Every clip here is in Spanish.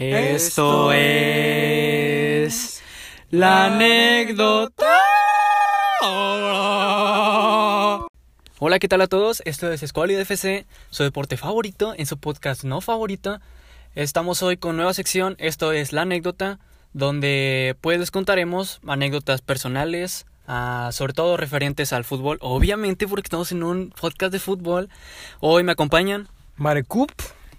Esto es la anécdota. Hola, ¿qué tal a todos? Esto es Squall FC, su deporte favorito en su podcast no favorito. Estamos hoy con nueva sección, esto es la anécdota, donde pues les contaremos anécdotas personales, ah, sobre todo referentes al fútbol, obviamente porque estamos en un podcast de fútbol. Hoy me acompañan Marecup.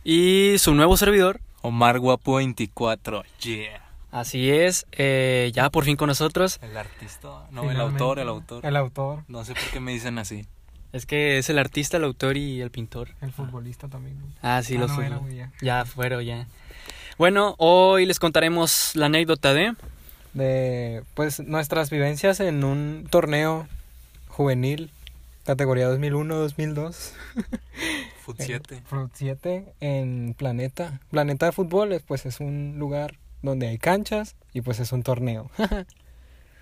y su nuevo servidor, Omar Guapo 24. Yeah. Así es, eh, ya por fin con nosotros. El artista. No, el Finalmente. autor, el autor. El autor, No sé por qué me dicen así. Es que es el artista, el autor y el pintor. el futbolista también. güey. Ah, sí, Ah, los no, fui- era, güey, ya. Ya fueron, ya. Bueno, hoy les contaremos la anécdota de... De, pues, nuestras vivencias en un torneo juvenil, categoría 2001-2002, Foot 7. Fruit 7, Eh, en Planeta. Planeta de Fútbol, eh, pues, es un lugar donde hay canchas y, pues, es un torneo.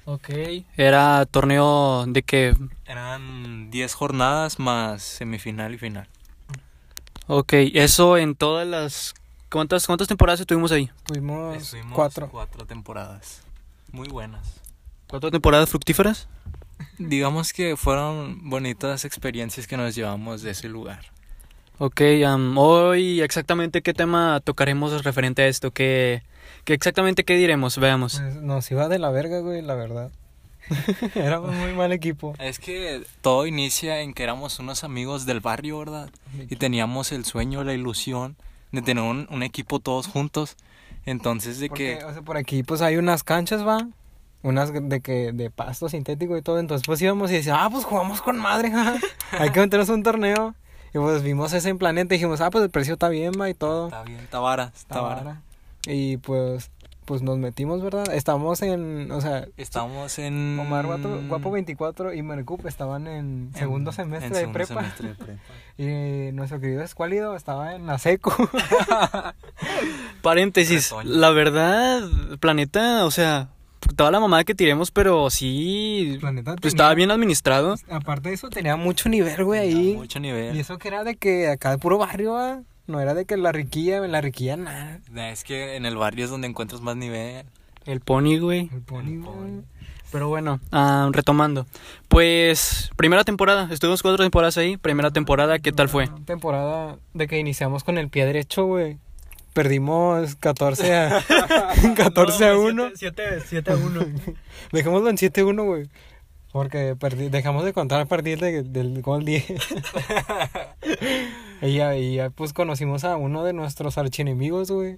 Ok. Era torneo de que... Eran 10 jornadas más semifinal y final. Ok, eso en todas las... ¿Cuántas, cuántas temporadas estuvimos ahí? Tuvimos Estuvimos cuatro. temporadas. Muy buenas. ¿Cuatro temporadas fructíferas? Digamos que fueron bonitas experiencias que nos llevamos de ese lugar. Ok, am, hoy exactamente qué tema tocaremos referente a esto, qué, qué exactamente qué diremos, veamos. Pues, nos iba de la verga, güey, la verdad. Éramos muy mal equipo. Es que todo inicia en que éramos unos amigos del barrio, ¿verdad? y teníamos el sueño, la ilusión de tener un, un equipo todos juntos. Entonces de Porque, que o sea, por aquí pues hay unas canchas, va. Unas de que de pasto sintético y todo. Entonces pues íbamos y decíamos, ah, pues jugamos con madre, ja. hay que meternos a un torneo. Y pues vimos ese en planeta y dijimos, ah, pues el precio está bien, va y todo. está bien, Tabara, Está vara. Y pues, pues nos metimos, ¿verdad? Estamos en, o sea, Estamos en Omar Guapo, Guapo 24 y Mercup estaban en segundo Mm. en- semestre en de segundo prepa. semestre de prepa. Y nuestro querido Escuálido estaba en la seco. Pues, Paréntesis, Retoño. la verdad, Planeta, o sea, toda la mamada que tiremos, pero sí, Planeta pues, tenía- estaba bien administrado. Aparte de eso tenía mucho nivel, güey, ahí. A Mucho nivel. Y eso que era de que acá de puro barrio, ah, no era de que la riquilla, en la riquilla nada. Es que en el barrio es donde encuentras más nivel. El pony, güey. El pony, El pony. güey. Pero bueno, ah, retomando. Pues, primera temporada, estuvimos cuatro temporadas ahí. Primera temporada, ¿qué tal fue? Temporada de que iniciamos con el pie derecho, güey. Perdimos 14 a, 14 a 1. 7, 7 a 1. Dejémoslo en 7-1, güey. Porque perdi- dejamos de contar a partir de- del gol 10. y, ya, y ya, pues conocimos a uno de nuestros archienemigos, güey.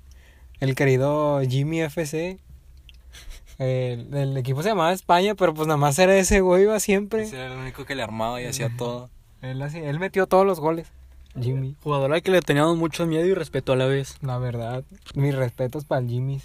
El querido Jimmy FC. El, el equipo se llamaba España, pero pues nada más era ese güey, iba siempre. Ese era el único que le armaba y hacía todo. Él, así- él metió todos los goles. Jimmy. Jugador al que le teníamos mucho miedo y respeto a la vez. La verdad, mis respetos para el Jimmy.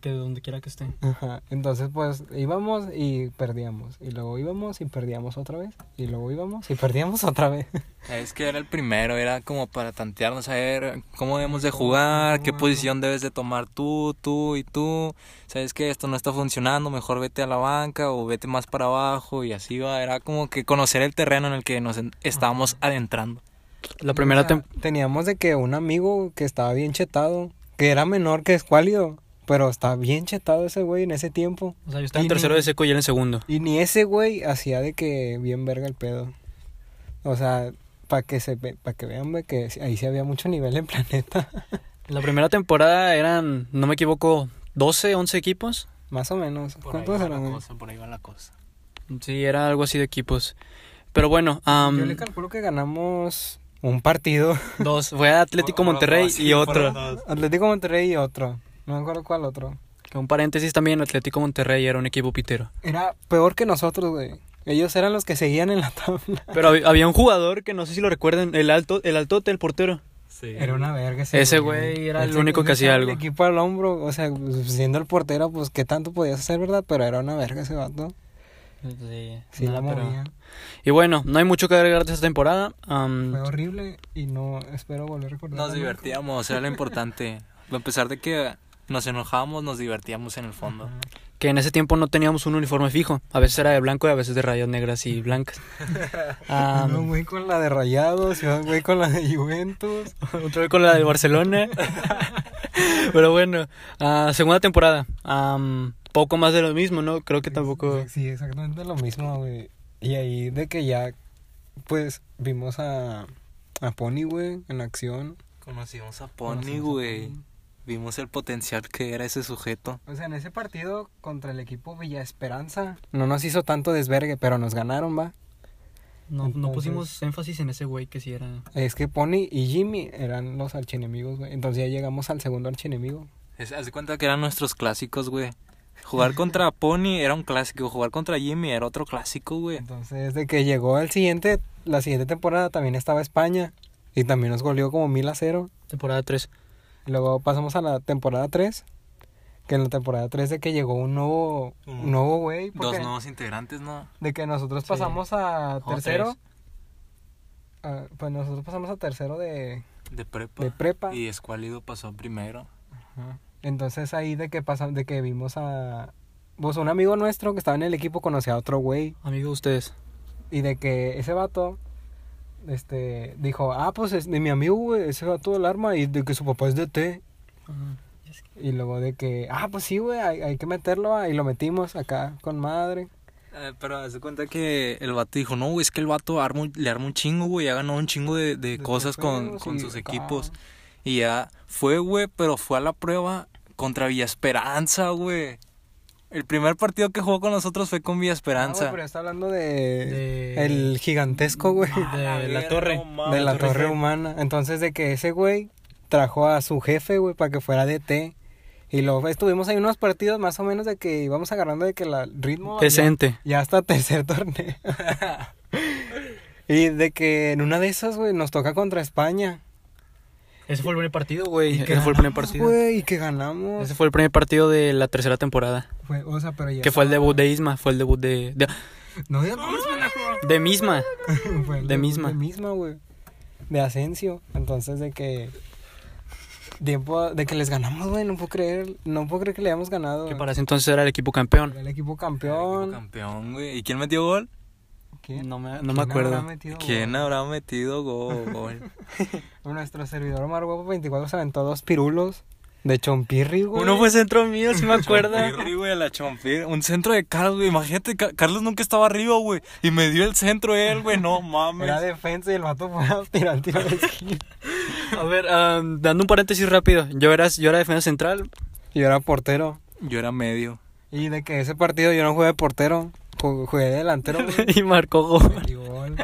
Que, donde quiera que esté. Ajá. Entonces, pues íbamos y perdíamos. Y luego íbamos y perdíamos otra vez. Y luego íbamos y perdíamos otra vez. Es que era el primero, era como para tantearnos, a ver cómo debemos de jugar, qué posición debes de tomar tú, tú y tú. Sabes que esto no está funcionando, mejor vete a la banca o vete más para abajo y así va. Era como que conocer el terreno en el que nos en- estábamos adentrando. La primera O sea, temporada. Teníamos de que un amigo que estaba bien chetado, que era menor que Escuálido, pero estaba bien chetado ese güey en ese tiempo. O sea, yo estaba en y tercero ni- de seco y él en segundo. Y ni ese güey hacía de que bien verga el pedo. O sea, para que se ve- pa' que vean güey, que ahí sí había mucho nivel en planeta, La primera temporada eran, no me equivoco, 12, 11 equipos. más o menos. ¿Cuántos eran? güey? por ahí va la cosa. Sí, era algo así de equipos. Pero bueno, am, Yo le calculo que ganamos un partido. dos. Fue Atlético Fueron Monterrey dos, y sí, fueron otro. dos. Atlético Monterrey y otro. No me acuerdo cuál otro. Que un paréntesis también, Atlético Monterrey era un equipo pitero. Era peor que nosotros, güey. Ellos eran los que seguían en la tabla. Pero hab- había un jugador que no sé si lo recuerden, el alto, el altote, el portero. Era una verga Ese güey era el Ese único güey que hacía echaba el algo. equipo al hombro, o sea, pues, siendo el portero, pues qué tanto podías hacer, ¿verdad? Pero era una verga ese vato. Sí, No, la pero- movía. Y bueno, no hay mucho que agregar de esta temporada. am, Fue horrible y no espero volver a recordar. Nos divertíamos, era lo importante. A pesar de que nos enojábamos, nos divertíamos en el fondo. que en ese tiempo no teníamos un uniforme fijo. A veces era de blanco y a veces de rayas negras y blancas. Ah, Am, güey con la de Rayados, y un güey con la de Juventus. Otro vez con la de Barcelona. Pero bueno, ah, segunda temporada. am, poco más de lo mismo, ¿no? Creo que tampoco. Sí, exactamente lo mismo, güey. Y ahí de que ya, pues, vimos a, a Pony, güey, en acción. Conocimos a Conocimos Pony, a güey. Pony. Vimos el potencial que era ese sujeto. O sea, en ese partido contra el equipo Villa Esperanza. No nos hizo tanto desvergue, pero nos ganaron, va. No, no Entonces- pusimos énfasis en ese güey que sí era. Es que Pony y Jimmy eran los archienemigos, güey. Entonces ya llegamos al segundo archienemigo. Es- Haz de cuenta que eran nuestros clásicos, güey. Jugar contra Pony era un clásico, jugar contra Jimmy era otro clásico, güey. Entonces, de que llegó el siguiente, la siguiente temporada también estaba España. Y también nos goleó como mil a cero. Temporada 3. Luego pasamos a la temporada 3. Que en la temporada 3 de que llegó un nuevo, Uno. un nuevo güey. Mm. Dos porque nuevos integrantes, ¿no? Oh, De que nosotros Sí. pasamos a O tercero. a- pues nosotros pasamos a tercero de, De prepa. de prepa. Pues, Y Escuálido pasó primero. Entonces ahí de que pasamos, de que vimos a... Pues un amigo nuestro que estaba en el equipo conocía a otro güey. Amigos, ustedes. Y de que ese vato... Este, dijo, ah, pues es de mi amigo, güey, ese vato del arma, y de que su papá es de T. Ah, Y luego de que, ah, pues sí, güey, hay, hay que meterlo, ah, y lo metimos acá con madre. Eh, pero haz de cuenta que el vato dijo, no, güey, es que el vato arma un- le armó un chingo, güey, ha ganado un chingo de, de De cosas con, trofeos con y sus acá. equipos. Y ya fue, güey, pero fue a la prueba contra Villa Esperanza, güey. El primer partido que jugó con nosotros fue con Villa Ah, Esperanza. güey, pero está hablando de, De- el gigantesco, güey. de la, verga, torre. Ah, no mames. de la torre, Eiffel. humana. Entonces, de que ese güey trajo a su jefe, güey, para que fuera DT. Y luego estuvimos ahí unos partidos más o menos de que íbamos agarrando de que el ritmo. ya- Decente. Ya, hasta tercer torneo. y de que en una de esas, güey, nos toca contra España. Ese fue el primer partido, güey. Y que Ese fue el primer ganamos, partido. Ah, Güey, y que ganamos. Ese fue el primer partido de la tercera temporada. Fue- o sea, pero ya. Que fue el debut de Isma. Fue el debut de. De, No digas nombres, pendejo. de Misma. Fue el De misma. De misma, güey. De Asensio. Entonces, de que. Tiempo de que les ganamos, güey. No puedo creer. No puedo creer que le hayamos ganado. Que güey. para ese entonces era el equipo campeón. El equipo Equipo campeón. Campeón, güey. ¿Y quién metió gol? ¿Quién? No me, no ¿Quién me habrá acuerdo. metido ¿Quién gol? habrá metido gol? gol? Nuestro servidor Omar Guapo 24 se aventó dos pirulos de Chompirri, güey. Uno fue centro mío, si me acuerdo. Chompirri, güey, la Chompirri. Un centro de Carlos, güey. Imagínate, Ca- Carlos nunca estaba arriba, güey. Y me dio el centro él, güey. No mames. Era defensa y el vato fue a tirar el tiro de esquina. A ver, am, dando un paréntesis rápido. Yo era, yo era defensa central. Yo era portero. Yo era medio. Y de que ese partido yo no jugué de portero. ju- Jugué de delantero, güey. y marcó gol. Metí gol.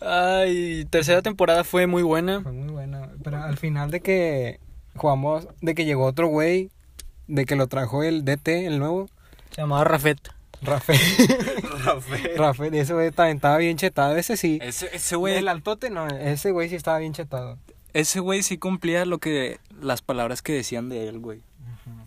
Ay, tercera temporada fue muy buena. Fue muy buena. Pero al final de que jugamos, de que llegó otro güey, de que lo trajo el DT, el nuevo, Se llamaba Rafet. Rafael. Rafael, ese güey también estaba bien chetado, ese sí. Ese, ese güey, El altote no, ese güey sí estaba bien chetado. ese güey sí cumplía lo que, las palabras que decían de él, güey.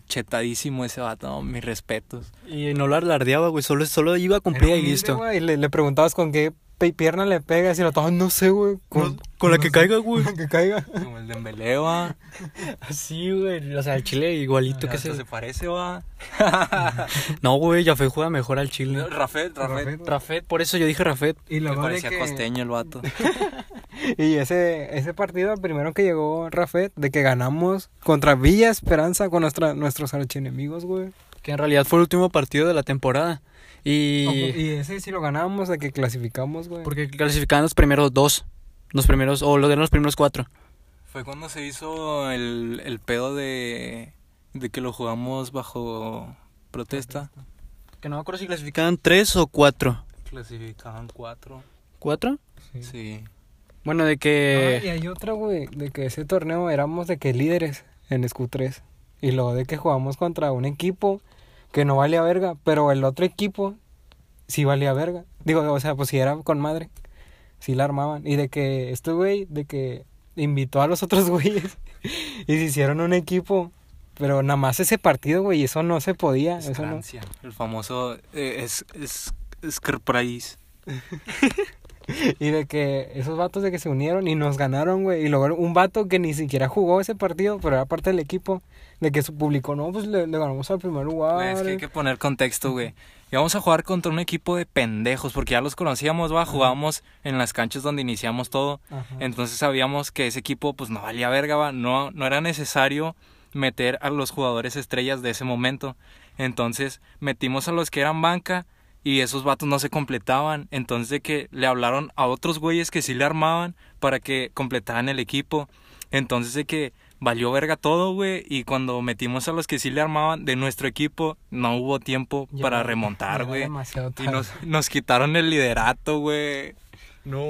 Chetadísimo ese vato, no, mis respetos. Y no lo alardeaba, güey. Solo, solo iba a cumplir Era y humilde, listo. güey, le, le preguntabas con qué pe- pierna le pegas y lo todo, no sé, güey. No- con la que caiga, güey. Con la que caiga. Como el de Embeleva. Así, güey. O sea, el Chile igualito que Ah, se. se parece, va. No, güey, Jafet juega mejor al Chile. Rafet, Rafet. Rafael, Rafet, por eso yo dije Rafet. Y Me luego de parecía que- costeño el vato. Y ese, ese partido, el primero que llegó Rafael, de que ganamos contra Villa Esperanza con nuestra, nuestros archienemigos, güey. Que en realidad fue el último partido de la temporada. Ojo, Y. Y ese sí lo ganamos, de que clasificamos, güey. Porque clasificaban los primeros dos. Los primeros, o los de los primeros cuatro. Fue cuando se hizo el, el pedo de, de que lo jugamos bajo protesta. Que no me acuerdo si clasificaban tres o cuatro. Clasificaban cuatro. ¿Cuatro? Sí. Bueno, de Ah, y que. hay otra, güey, de que ese torneo éramos de que líderes en SQ 3 Y luego de que jugamos contra un equipo que no valía verga, pero el otro equipo sí valía verga. Digo, o sea, pues si era con madre, sí la armaban. Y de que este güey, de que invitó a los otros güeyes y se hicieron un equipo. Pero nada más ese partido, güey, eso no se podía. Es Eso no. Francia. El famoso eh, es, es, es Kerprais. Y de que esos vatos de que se unieron y nos ganaron, güey. Y luego un vato que ni siquiera jugó ese partido, pero era parte del equipo, de que su público, no, pues le, le ganamos al primer lugar. Güey, es que hay que poner contexto, güey. Íbamos a jugar contra un equipo de pendejos, porque ya los conocíamos, va, jugábamos en las canchas donde iniciamos todo. Ajá. Entonces sabíamos que ese equipo, pues no valía verga, va. No, no era necesario meter a los jugadores estrellas de ese momento. Entonces metimos a los que eran banca y esos vatos no se completaban. Entonces de que le hablaron a otros güeyes que sí le armaban para que completaran el equipo. Entonces de que valió verga todo, güey. Y cuando metimos a los que sí le armaban de nuestro equipo, no hubo tiempo Ya para era- ya remontar, era güey. demasiado Y tarde. nos, nos quitaron el liderato, güey. No.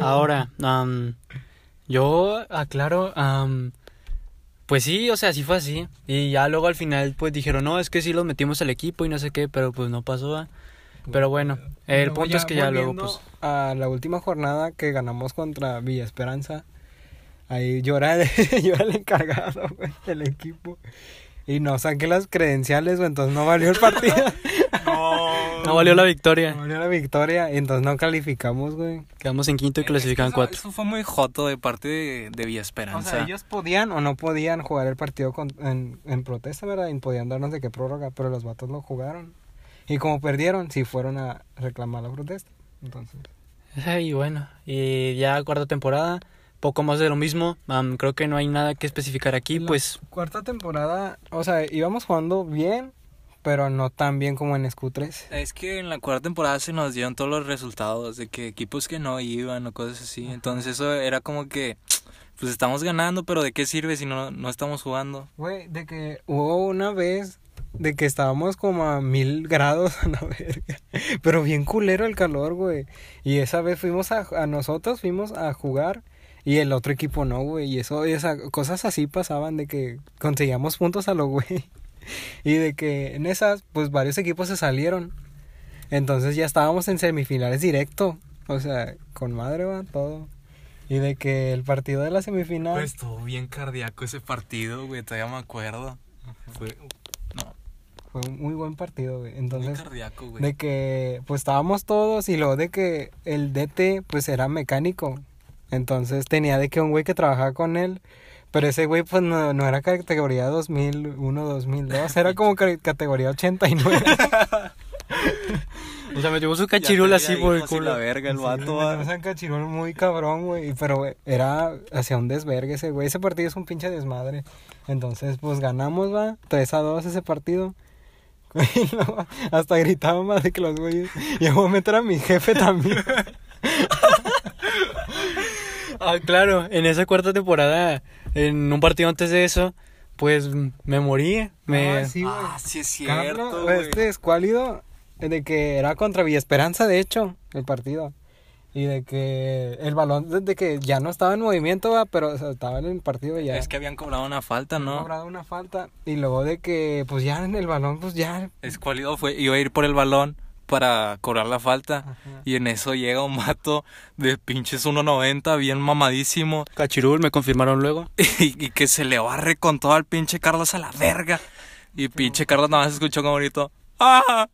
Ahora, am, yo aclaro, am, pues sí, o sea, sí fue así. Y ya luego al final, pues dijeron, no, es que sí los metimos al equipo y no sé qué, pero pues no pasó. ¿va? Pero bueno, el Luego punto es que ya luego, volviendo pues. A la última jornada que ganamos contra Villa Esperanza. Ahí llora el, llora el encargado, güey, del equipo. Y no saqué las credenciales, güey, entonces no valió el partido. pues, No valió la victoria. no valió la victoria, entonces no calificamos, güey. Quedamos en quinto y clasificaban Eso- cuatro. Eso fue muy joto de parte de, de Villa Esperanza. O sea, ellos podían o no podían jugar el partido con- en, en protesta, ¿verdad? Y podían darnos de qué prórroga, pero los vatos lo jugaron. Y como perdieron, sí fueron a reclamar la protesta. Entonces, Y bueno, y ya cuarta temporada, poco más de lo mismo. am, creo que no hay nada que especificar aquí, La- pues. cuarta temporada, o sea, íbamos jugando bien, pero no tan bien como en SQ3. Es que en la cuarta temporada se nos dieron todos los resultados de que equipos que no iban o cosas así. Entonces eso era como que, pues estamos ganando, pero ¿de qué sirve si no, no estamos jugando? Güey, de que hubo una vez de que estábamos como a mil grados a la verga. Pero bien culero el calor, güey. Y esa vez fuimos a, a nosotros, fuimos a jugar. Y el otro equipo no, güey. Y eso, y esa, cosas así pasaban de que conseguíamos puntos a lo güey. Y de que en esas, pues varios equipos se salieron. Entonces ya estábamos en semifinales directo. O sea, con madre va todo. Y de que el partido de la semifinal. estuvo bien cardíaco ese partido, güey, todavía me acuerdo. Fue Fue un muy buen partido, güey. Entonces, cardíaco, de que, pues estábamos todos y luego de que el DT, pues era mecánico. Entonces tenía de que un güey que trabajaba con él, pero ese güey, pues no, no era categoría 2001, 2002, era como ca- categoría 89. O sea, me llevó su cachirula así por el culo. La verga, el vato. ah. Sí, me sacan chirón muy cabrón, güey. Pero güey, era hacia un desvergue ese, güey. Ese partido es un pinche desmadre. Entonces, pues ganamos, va. 3 a 2 ese partido. Y luego, hasta gritaba más de que los güeyes. Y voy a meter a mi jefe también. Ah, claro, en esa cuarta temporada, en un partido antes de eso, pues mm, me morí. Me... Ah, sí, güey. ah, sí es Carlos, cierto, güey. Este escuálido, de que era contra Villa Esperanza, de hecho, el partido. Y de que el balón, de- de que ya no estaba en movimiento, va, pero o sea, estaba en el partido y ya. Es que habían cobrado una falta, ¿no? cobrado una falta y luego de que pues ya en el balón pues ya Escuálido fue, iba a ir por el balón para cobrar la falta. Y en eso llega un vato de pinches 1.90, bien mamadísimo, Cachirul, me confirmaron luego. y, y que se le barre con todo al pinche Carlos a la verga. Y pinche Carlos nada más escuchó como bonito. ¡Ah!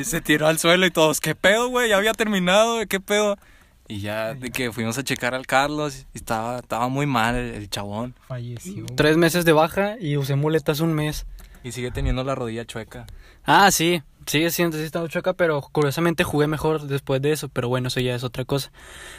Y se tiró al suelo y todos, ¿qué pedo, güey? Ya había terminado, güey, ¿qué pedo? Y ya de que fuimos a checar al Carlos, y estaba, estaba muy mal el, el chabón. falleció Tres meses de baja y usé muletas un mes. Y sigue teniendo la rodilla chueca. Ah, sí, sigue siendo sí estaba choca, pero curiosamente jugué mejor después de eso, pero bueno, eso ya es otra cosa.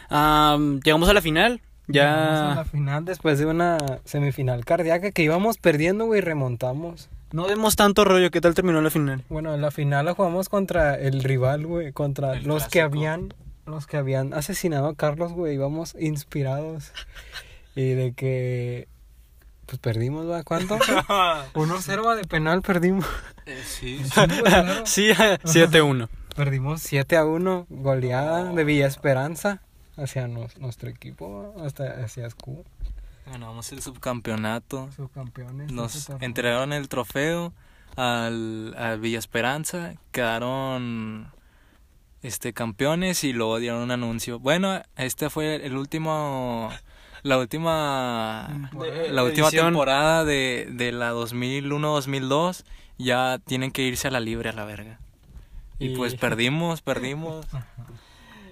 Am, llegamos a la final, Llegamos a la ya final después de una semifinal cardíaca que íbamos perdiendo güey remontamos no demos tanto rollo, ¿qué tal terminó la final? bueno en la final la jugamos contra el rival güey contra El los que clásico. habían los que habían asesinado a Carlos güey íbamos inspirados y de que pues perdimos va cuánto 1-0 va, de penal perdimos Eh, sí, Sí, 7-1. Perdimos 7 a 1, goleada de Villa Esperanza hacia nos- nuestro equipo, hasta hacia SQ, Ganamos el subcampeonato. subcampeones. Nos ese torneo. entregaron el trofeo al, a Villa Esperanza, quedaron este campeones y luego dieron un anuncio. Bueno, este fue el último la última De- la última edición. temporada de, de la 2001-2002 ya tienen que irse a la libre a la verga. Y, Y- pues perdimos, perdimos.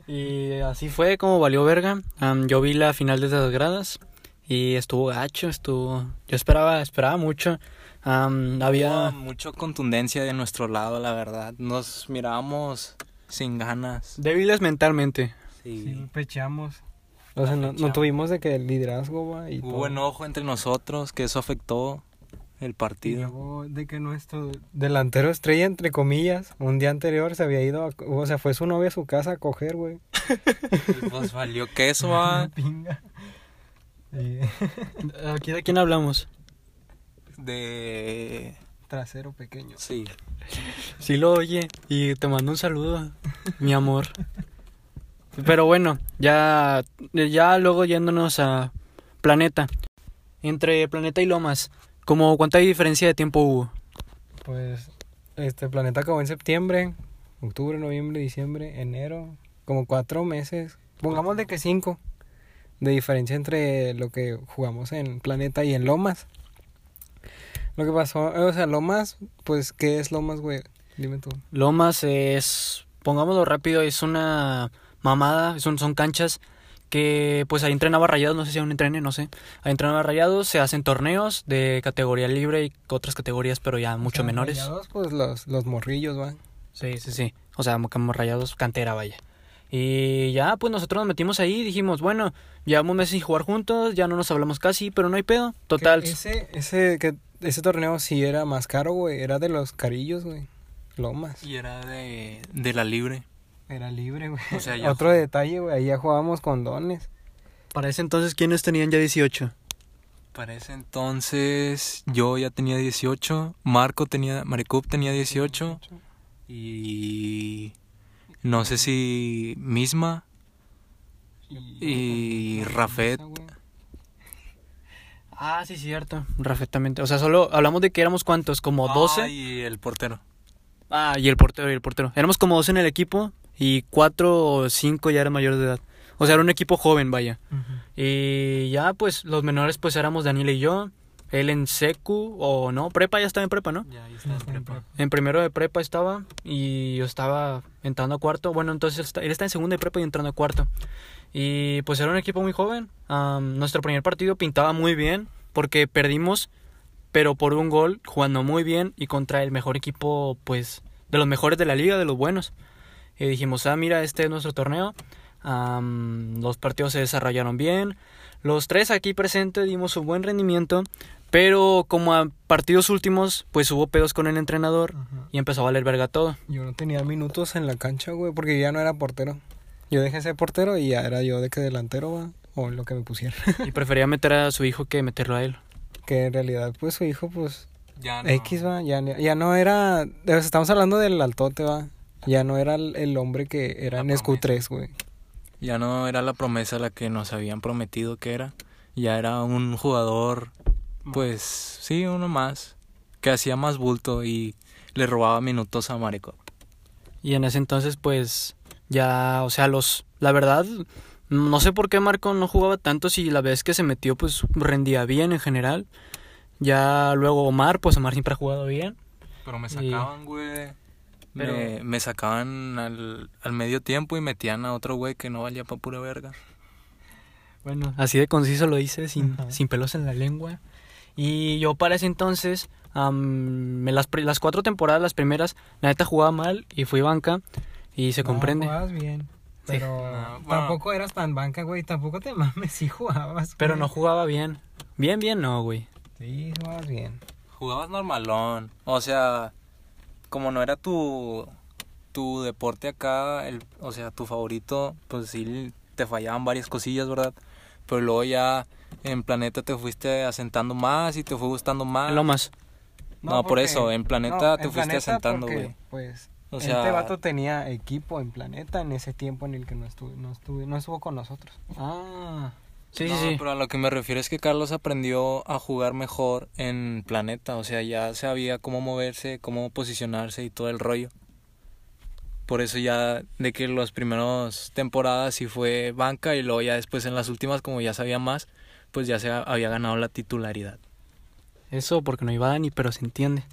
Y así fue como valió verga. Am, yo vi la final desde las gradas y estuvo gacho, estuvo... Yo esperaba, esperaba mucho. Am, Había había... mucha contundencia de nuestro lado, la verdad. Nos mirábamos sin ganas. Débiles mentalmente. Sí, pechamos. O sea, no, no Pechamos. tuvimos de que el liderazgo, va, y todo. Hubo enojo entre nosotros, que eso afectó el Y partido. luego de que nuestro delantero estrella, entre comillas, un día anterior se había ido, a- o sea, fue su novia a su casa a coger, güey. Y, Pues valió que eso va Pinga. Y- ¿Aquí de quién hablamos? de... trasero pequeño. Sí. Sí lo oye y te mando un saludo, mi amor. Pero bueno, ya, ya luego yéndonos a Planeta. Entre Planeta y Lomas, como cuánta diferencia de tiempo hubo? Pues este planeta acabó en septiembre, octubre, noviembre, diciembre, enero, como cuatro meses, pongamos de que cinco, de diferencia entre lo que jugamos en planeta y en Lomas. Lo que pasó, eh, o sea, Lomas, pues, ¿qué es Lomas, güey? Dime tú. Lomas es, pongámoslo rápido, es una mamada, es un- son canchas que pues ahí entrenaba rayados, no sé si aún entrene, no sé. Ahí entrenaba rayados, se hacen torneos de categoría libre y otras categorías, pero ya mucho O sea, menores. rayados, pues los, los morrillos, van. Sí, sí, sí. O sea, como rayados, cantera, vaya. Y ya, pues nosotros nos metimos ahí y dijimos, bueno, llevamos meses sin jugar juntos, ya no nos hablamos casi, pero no hay pedo. Total. Ese, ese, que, ese torneo sí era más caro, güey, era de los carillos, güey. Lomas. Y era de, de la libre. Era libre, güey. O sea, ya- Otro detalle, güey, ahí ya jugábamos condones. Para ese entonces, ¿quiénes tenían ya 18? Para ese entonces yo ya tenía 18, Marco tenía, Maricup tenía 18 y no sé si misma y Rafet. Ah, sí, cierto. Perfectamente. O sea, solo hablamos de que éramos cuántos, como 12. Ah, y el portero. Ah, y el portero, y el portero. Éramos como 12 en el equipo y 4 o 5 ya eran mayores de edad. O sea, era un equipo joven, vaya. Y ya, pues, los menores, pues, éramos Daniel y yo. Él en secu, o no, prepa, ya estaba en prepa, ¿no? Ya, En primero de prepa estaba y yo estaba entrando a cuarto. Bueno, entonces está- él está en segundo de prepa y yo entrando a cuarto. Y pues era un equipo muy joven. Am, nuestro primer partido pintaba muy bien porque perdimos, pero por un gol, jugando muy bien y contra el mejor equipo, pues, de los mejores de la liga, de los buenos. Y dijimos, ah, mira, este es nuestro torneo. Am, los partidos se desarrollaron bien. Los tres aquí presentes dimos un buen rendimiento, pero como a partidos últimos, pues hubo pedos con el entrenador y empezó a valer verga todo. Yo no tenía minutos en la cancha, güey, porque yo ya no era portero. Yo dejé de ser portero y ya era yo de que delantero, va, o lo que me pusiera. Y prefería meter a su hijo que meterlo a él. que en realidad, pues, su hijo, pues, Ya Ah, no. X, va, ya, ya no era... o sea, estamos hablando del altote, va. Ya no era el, el hombre que era La en promesa. SQ3, güey. Ya no era la promesa la que nos habían prometido que era. Ya era un jugador, pues sí, uno más, que hacía más bulto y le robaba minutos a Maricup. Y en ese entonces, pues, ya, o sea, los, la verdad, no sé por qué Marco no jugaba tanto si la vez que se metió, pues, rendía bien en general. Ya luego Omar, pues Omar siempre ha jugado bien. Pero me sacaban, güey. Pero- Me, me sacaban al, al medio tiempo y metían a otro güey que no valía pa' pura verga. Bueno, así de conciso lo hice, sin, Ajá. sin pelos en la lengua. Y yo para ese entonces, am, me las, pri- las cuatro temporadas, las primeras, la neta jugaba mal y fui banca y se comprende. No, jugabas bien. Pero No, bueno. tampoco eras tan banca, güey. Tampoco te mames, sí jugabas. Pero güey. no jugaba bien. Bien, bien, no, güey. Sí, jugabas bien. Jugabas normalón. O sea, como no era tu, tu deporte acá, el, o sea, tu favorito, pues sí te fallaban varias cosillas, ¿verdad? Pero luego ya en Planeta te fuiste asentando más y te fue gustando Ah. más. Lo más. No, por eso, en Planeta te fuiste asentando, porque, güey. Pues, O sea- este vato tenía equipo en Planeta en ese tiempo en el que no estuvo, no estuvo, no estuvo con nosotros. Pues Ah. Sí, No, sí, sí. Pero a lo que me refiero es que Carlos aprendió a jugar mejor en Planeta, o sea, ya sabía cómo moverse, cómo posicionarse y todo el rollo. Por eso ya de que las primeras temporadas sí fue banca y luego ya después en las últimas como ya sabía más, pues ya se ha- había ganado la titularidad. eso porque no iba Dani, pero se entiende.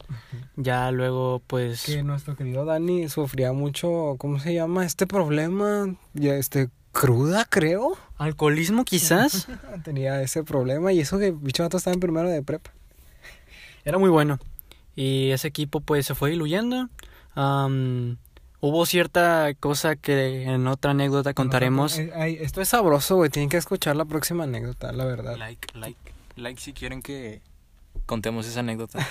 Ya luego, pues. Que nuestro querido Dani sufría mucho, ¿cómo se llama? Este problema, ya este, cruda, creo. ¿Alcoholismo quizás? Tenía ese problema y eso que bicho vato estaba en primero de prepa. Era muy bueno. Y ese equipo, pues, se fue diluyendo. Am, hubo cierta cosa que en otra anécdota contaremos. Ay, ay, esto es sabroso, güey. Tienen que escuchar la próxima anécdota, la verdad. Like, like, like si quieren que contemos esa anécdota.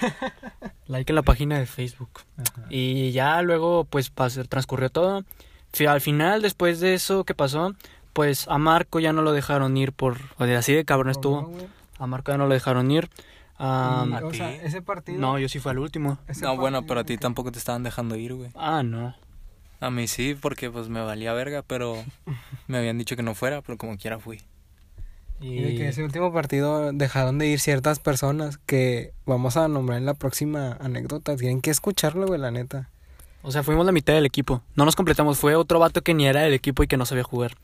Like en la página de Facebook. Ajá. Y ya luego, pues, pasó- transcurrió todo. Fi- Al final, después de eso que pasó, pues a Marco ya no lo dejaron ir por... O sea, así de cabrón No, estuvo. güey. A Marco ya no lo dejaron ir. Ah, Y, o sea, ¿a ti? ese partido. no, yo sí fui al último. ese No, bueno, partido- pero a ti tampoco te estaban dejando ir, güey. Ah, no. A mí sí, porque pues me valía verga, pero me habían dicho que no fuera, pero como quiera fui. Y de que ese último partido dejaron de ir ciertas personas que vamos a nombrar en la próxima anécdota. Tienen que escucharlo, güey, la neta. O sea, fuimos la mitad del equipo. No nos completamos. Fue otro vato que ni era del equipo y que no sabía jugar.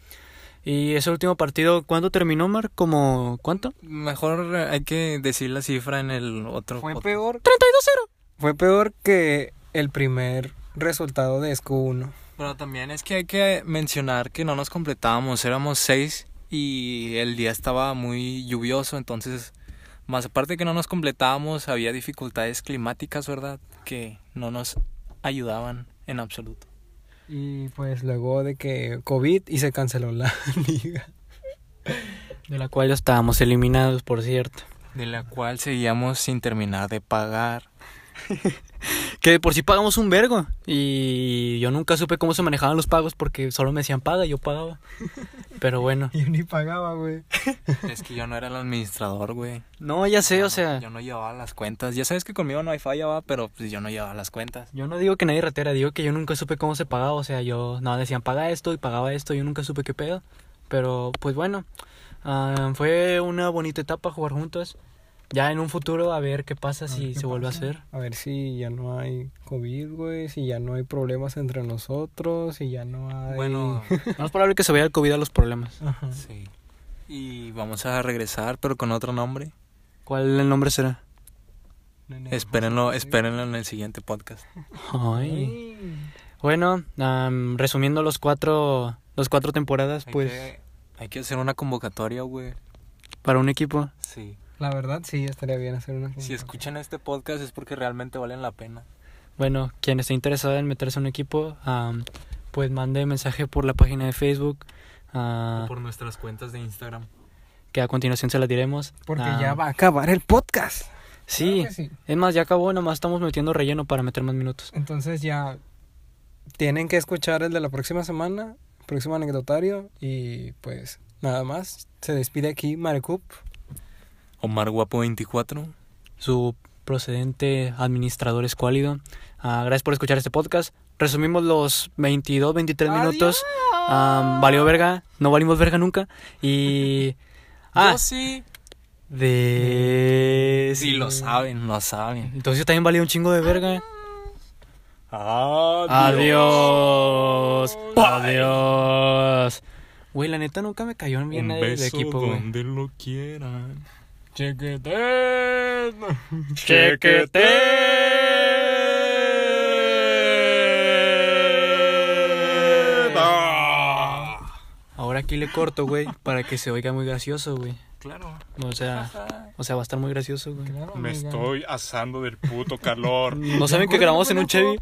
Y ese último partido, ¿cuándo terminó, Mar? ¿Como cuánto? Mejor eh, hay que decir la cifra en el otro. Fue pod- peor. 32-0. Fue peor que el primer resultado de SQ 1. Pero también es que hay que mencionar que no nos completábamos, éramos seis y el día estaba muy lluvioso, entonces, más aparte de que no nos completábamos, había dificultades climáticas, ¿verdad? Que no nos ayudaban en absoluto. Y pues luego de que COVID y se canceló la liga. De la cual ya estábamos eliminados, por cierto. De la cual seguíamos sin terminar de pagar. Que de por sí pagamos un vergo. Y yo nunca supe cómo se manejaban los pagos porque solo me decían paga y yo pagaba. Pero bueno. Y ni pagaba, güey. Es que yo no era el administrador, güey. No, ya sé, o Yo no- sea. Yo no llevaba las cuentas. Ya sabes que conmigo no hay falla, va, pero pues yo no llevaba las cuentas. Yo no digo que nadie ratera, digo que yo nunca supe cómo se pagaba, o sea, yo no decían paga esto y pagaba esto, yo nunca supe qué pedo, pero pues bueno, ah, fue una bonita etapa jugar juntos, ya en un futuro a ver qué pasa ver si qué se vuelve a pasa. hacer. A ver si ya no hay COVID, güey. Si ya no hay problemas entre nosotros. Si ya no hay. Bueno, No es probable que se vaya el COVID a los problemas. Ajá. sí. Y vamos a regresar, pero con otro nombre. ¿Cuál el nombre será? Espérenlo, espérenlo en el siguiente podcast. Ay. Bueno, am, resumiendo los cuatro, los cuatro temporadas, Hay pues, que- hay que hacer una convocatoria, güey. para un equipo. Sí. La verdad, sí, estaría bien hacer una. Si escuchan este podcast es porque realmente valen la pena. Bueno, quien esté interesado en meterse en un equipo, am, pues mande mensaje por la página de Facebook. ah, Por nuestras cuentas de Instagram. que a continuación se las diremos. Porque Ah, ya va pues. a acabar el podcast. Sí, Claro que sí. es más, ya acabó, nomás estamos metiendo relleno para meter más minutos. Entonces ya tienen que escuchar el de la próxima semana, próximo anecdotario y pues nada más. Se despide aquí Maricup. Omar Guapo 24. Su procedente administrador es Cuálido. Ah, gracias por escuchar este podcast. Resumimos los 22, 23 minutos. Ah, valió verga, no valimos verga nunca. Y... Ah, Yo sí. de... Sí, lo saben, lo saben. Entonces yo también valía un chingo de verga. Ah, Ah, Adiós. Adiós. Güey, la neta nunca me cayó bien né, nadie de equipo, güey. lo quieran. Chequete. Ahora aquí le corto, güey, para que se oiga muy gracioso, güey. Claro. O sea, o sea, va a estar muy gracioso, güey. Me estoy asando del puto calor. No saben que grabamos en un Chevy.